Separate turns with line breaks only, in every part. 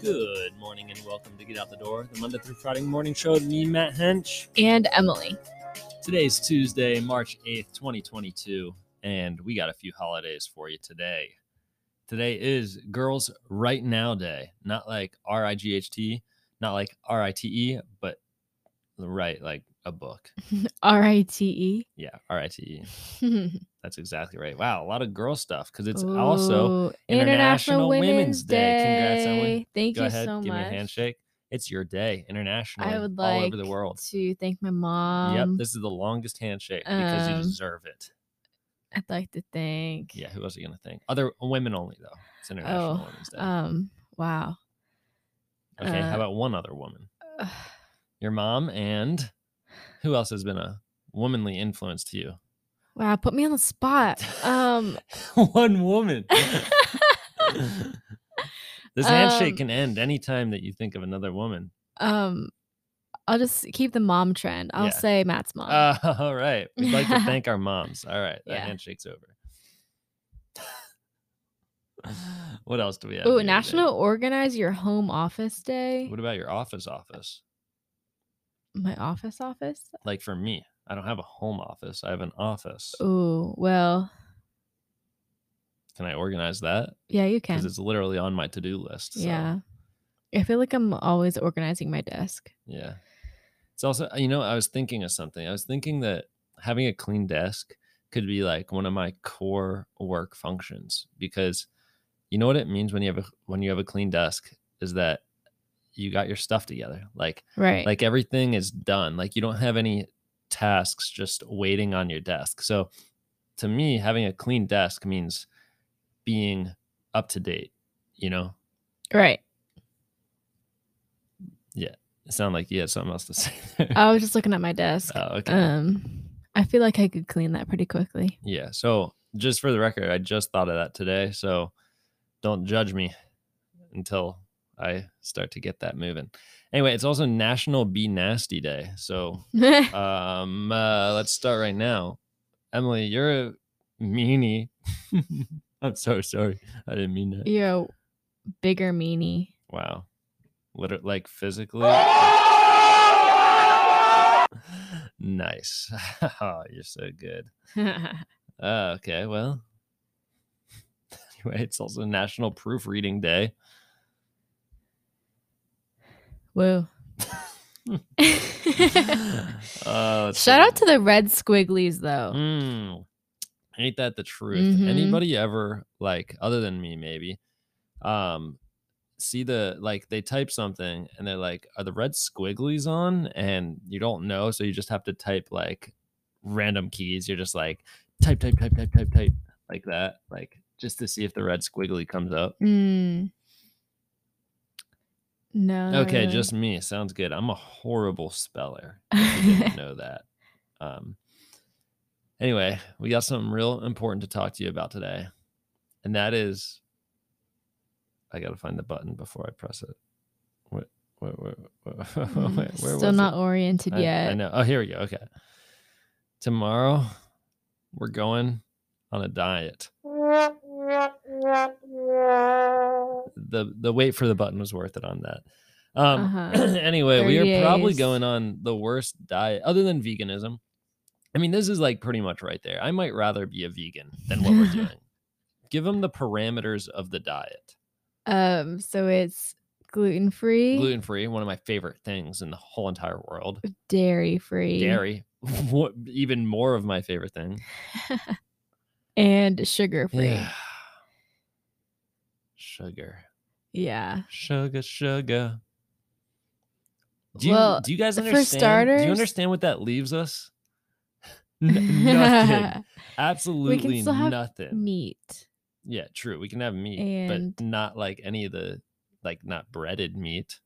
Good morning and welcome to Get Out the Door, the Monday through Friday morning show with me, Matt Hench.
and Emily.
Today's Tuesday, March 8th, 2022, and we got a few holidays for you today. Today is Girls Right Now Day, not like R I G H T, not like R I T E, but right like a book.
R I T
Yeah, R I T E.
E.
That's exactly right. Wow, a lot of girl stuff because it's also International Women's Day. Congrats, Emily.
Thank
go
you
ahead,
so
give me
much.
a handshake. It's your day internationally,
I would
all
like
over the world.
to thank my mom.
yep, this is the longest handshake because you
um,
deserve it.
I'd like to thank.
Yeah, who else are you gonna think? Other women only though. It's International
Oh,
Women's Day.
Um. Wow.
okay,
uh,
how about one other woman? Your mom and who else has been a womanly influence to you?
Wow. Put me on the spot. Um.
one woman. this handshake
Um,
can end anytime that you think of another woman.
um. I'll just keep the mom trend. I'll
Yeah.
say Matt's mom.
Uh, all right. We'd like to thank our moms. All right. That
Yeah.
handshake's over. what else do we have?
oh,
here today?
National Organize Your Home Office Day.
What about your office office?
My office office.
Like for me, I don't have a home office. I have an office.
Oh well.
Can I organize that?
Yeah, you can.
Because it's literally on my to do list. so,
Yeah. I feel like I'm always organizing my desk.
Yeah. It's also, you know, I was thinking of something. I was thinking that having a clean desk could be like one of my core work functions because you know what it means when you have a when you have a clean desk is that you got your stuff together. Like
Right.
like everything is done. Like you don't have any tasks just waiting on your desk. So to me, having a clean desk means being up to date, you know?
right.
It sound like you had something else to say there.
I was just looking at my desk.
oh, okay.
Um I feel like I could clean that pretty quickly.
Yeah. So just for the record, I just thought of that today. So don't judge me until I start to get that moving. Anyway, it's also National Be Nasty Day. So um, uh, let's start right now. Emily, you're a meanie. I'm so sorry. I didn't mean that.
You're a bigger meanie.
Wow. Liter- like physically. nice. oh, you're so good. Uh, okay, well. Anyway, it's also National Proofreading Day.
Whoa.
Uh, let's
Shout
see.
out to the red squigglies though.
Mm, ain't that the truth?
Mhm.
Anybody ever like other than me maybe, um, see the like they type something and they're like, are the red squigglies on? And you don't know, so you just have to type like random keys. You're just like type type type type type type like that, like just to see if the red squiggly comes up.
Mm. No. not
Okay,
really.
just me. Sounds good. I'm a horrible speller. If you didn't know that. Um, anyway, we got something real important to talk to you about today, and that is, I got to find the button before I press it. What? Where, where, where,
Mm,
where
still
was
not
it?
oriented
I-
yet.
I know. Oh, here we go. Okay. Tomorrow, we're going on a diet. The the wait for the button was worth it on that. Um.
Uh-huh.
anyway, we are
30
probably
days.
going on the worst diet other than veganism. I mean, this is like pretty much right there. I might rather be a vegan than what we're doing. Give them the parameters of the diet.
Um, so it's gluten free,
Gluten free, one of my favorite things in the whole entire world.
dairy free,
Dairy, what, even more of my favorite thing.
and sugar free.
Yeah. Sugar,
Yeah.
sugar, sugar. Do you,
Well,
do you guys
for
understand? do
starters-
you understand what that leaves us? N- nothing. Absolutely
still have
nothing.
Meat.
Yeah, true. We can have meat,
And-
but not like any of the like not breaded meat,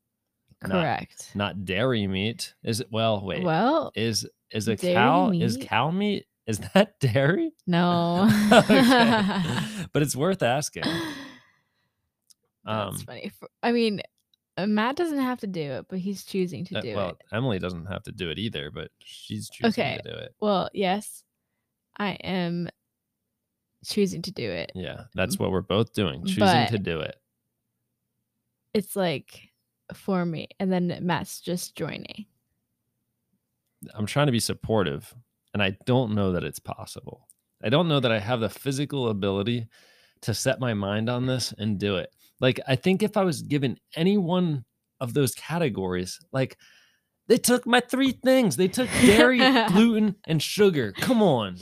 Not-
Correct.
not dairy meat. Is it well, wait.
Well,
is is a
dairy
cow is
meat? Oh.
cow meat? Is that dairy?
no.
Okay. but it's worth asking. Um,
That's funny. F- I mean, uh, Matt doesn't have to do it, but he's choosing to
uh,
do
well,
it.
Emily doesn't have to do it either, but she's choosing
Okay.
to do it.
Well, yes, I am choosing to do it. Mm-hmm.
Yeah, that's what we're both doing, choosing
But-
to do it.
it's like for me, and then Matt's just joining.
I'm trying to be supportive, and I don't know that it's possible. I don't know that I have the physical ability to set my mind on this and do it. Like, I think if I was given any one of those categories, like they took my three things, they took dairy, gluten, and sugar. Come on.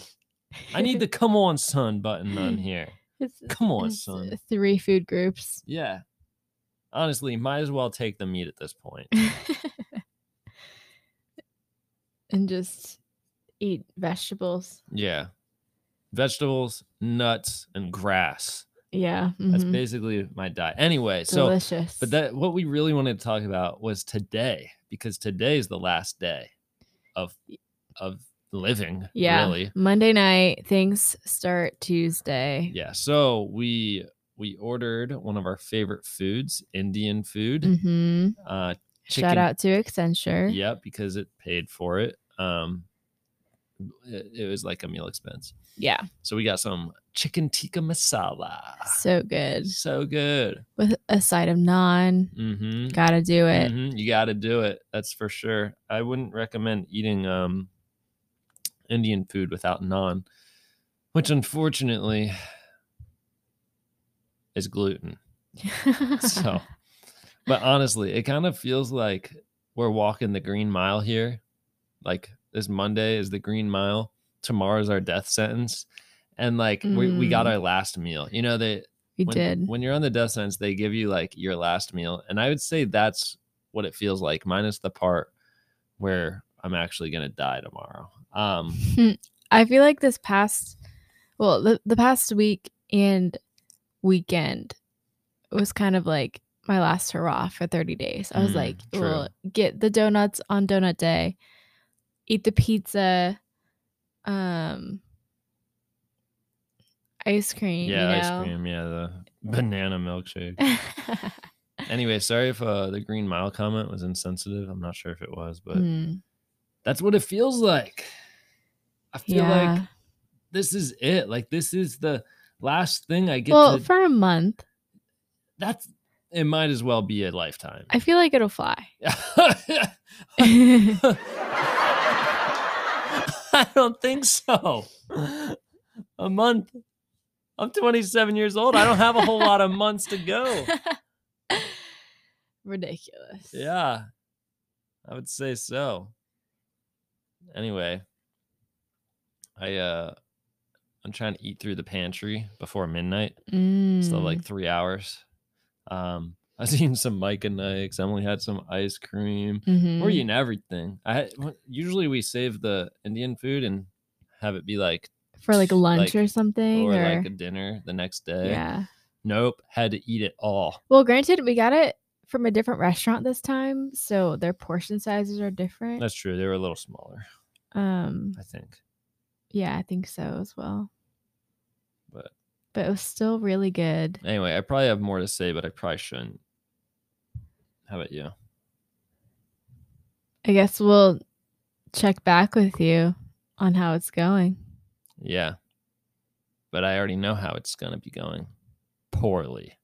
I need the come on, son button on here.
It's,
Come on,
it's
son.
three food groups.
Yeah. Honestly, might as well take the meat at this point.
and just eat vegetables.
Yeah. Vegetables, nuts, and grass.
Yeah.
That's
mhm.
basically my diet. Anyway, so
Delicious.
but that what we really wanted to talk about was today because today is the last day of of living,
yeah.
really.
Monday night things start Tuesday.
Yeah. So we we ordered one of our favorite foods, Indian food.
Mm-hmm.
Uh
Shout
Chicken-
out to Accenture.
Yep, because it paid for it. Um, it, it was like a meal expense.
Yeah,
So we got some chicken tikka masala.
So good.
So good.
With a side of naan.
hmm
Gotta do it.
Mm-hmm. You got to do it. That's for sure. I wouldn't recommend eating um, Indian food without naan, which unfortunately is gluten. Mm-hmm. So, but honestly, it kind of feels like we're walking the green mile here. Like this Monday is the green mile. Tomorrow's our death sentence. And like we, we got
Mm.
our last meal. You know, they
we
when,
did.
when you're on the death sentence, they give you like your last meal. And I would say that's what it feels like, minus the part where I'm actually gonna die tomorrow. Um
I feel like this past, well, the, the past week and weekend was kind of like my last hurrah for 30 days. I was
Mm,
like,
true.
well, get the donuts on donut day, eat the pizza, um, ice cream. you
yeah,
know?
ice cream, yeah, the banana milkshake. Anyway, sorry if uh, the Green Mile comment was insensitive. I'm not sure if it was, but
Mm,
that's what it feels like. I feel like
yeah.
this is it. Like this is the last thing I get
well,
to.
for a month,
That's it. Might as well be a lifetime.
I feel like it'll fly.
Oh. I don't think so. A month. I'm 27 years old. I don't have a whole lot of months to go.
Ridiculous.
Yeah, I would say so. Anyway, I uh, I'm trying to eat through the pantry before midnight,
Mm.
so like three hours. Um, I was eating some Mike and Nikes. Emily had some ice cream.
Mhm.
We're eating everything. I had- w- usually we save the Indian food and have it be like
for like lunch
like-
or something
or
or,
like a dinner the next day.
yeah.
Nope, had to eat it all.
Well, granted, we got it from a different restaurant this time, so their portion sizes are different.
That's true. They were a little smaller,
um,
I think.
yeah, I think so as well.
But
But it was still really good.
Anyway, I probably have more to say, but I probably shouldn't. How about you?
I guess we'll check back with you on how it's going.
Yeah. But I already know how it's going to be going poorly.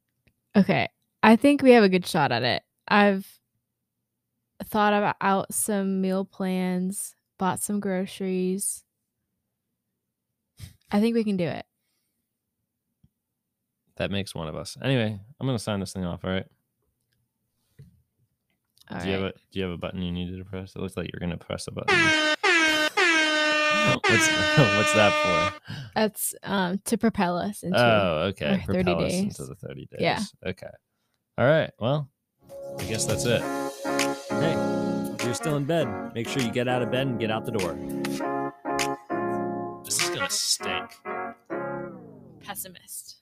Okay. I think we have a good shot at it. I've thought about out some meal plans, bought some groceries. I think we can do it.
That makes one of us. Anyway, I'm going to sign this thing off. All right.
All
do, You have
right.
a, do you have a button you needed to press? It looks like you're going to press a button. Oh, what's, what's that for?
That's um to propel us into
Oh, okay.
or 30
Propel us
days.
into the 30 days.
Yeah.
Okay. All right. Well, I guess that's it. Hey, if you're still in bed, make sure you get out of bed and get out the door. This is going to stink.
pessimist.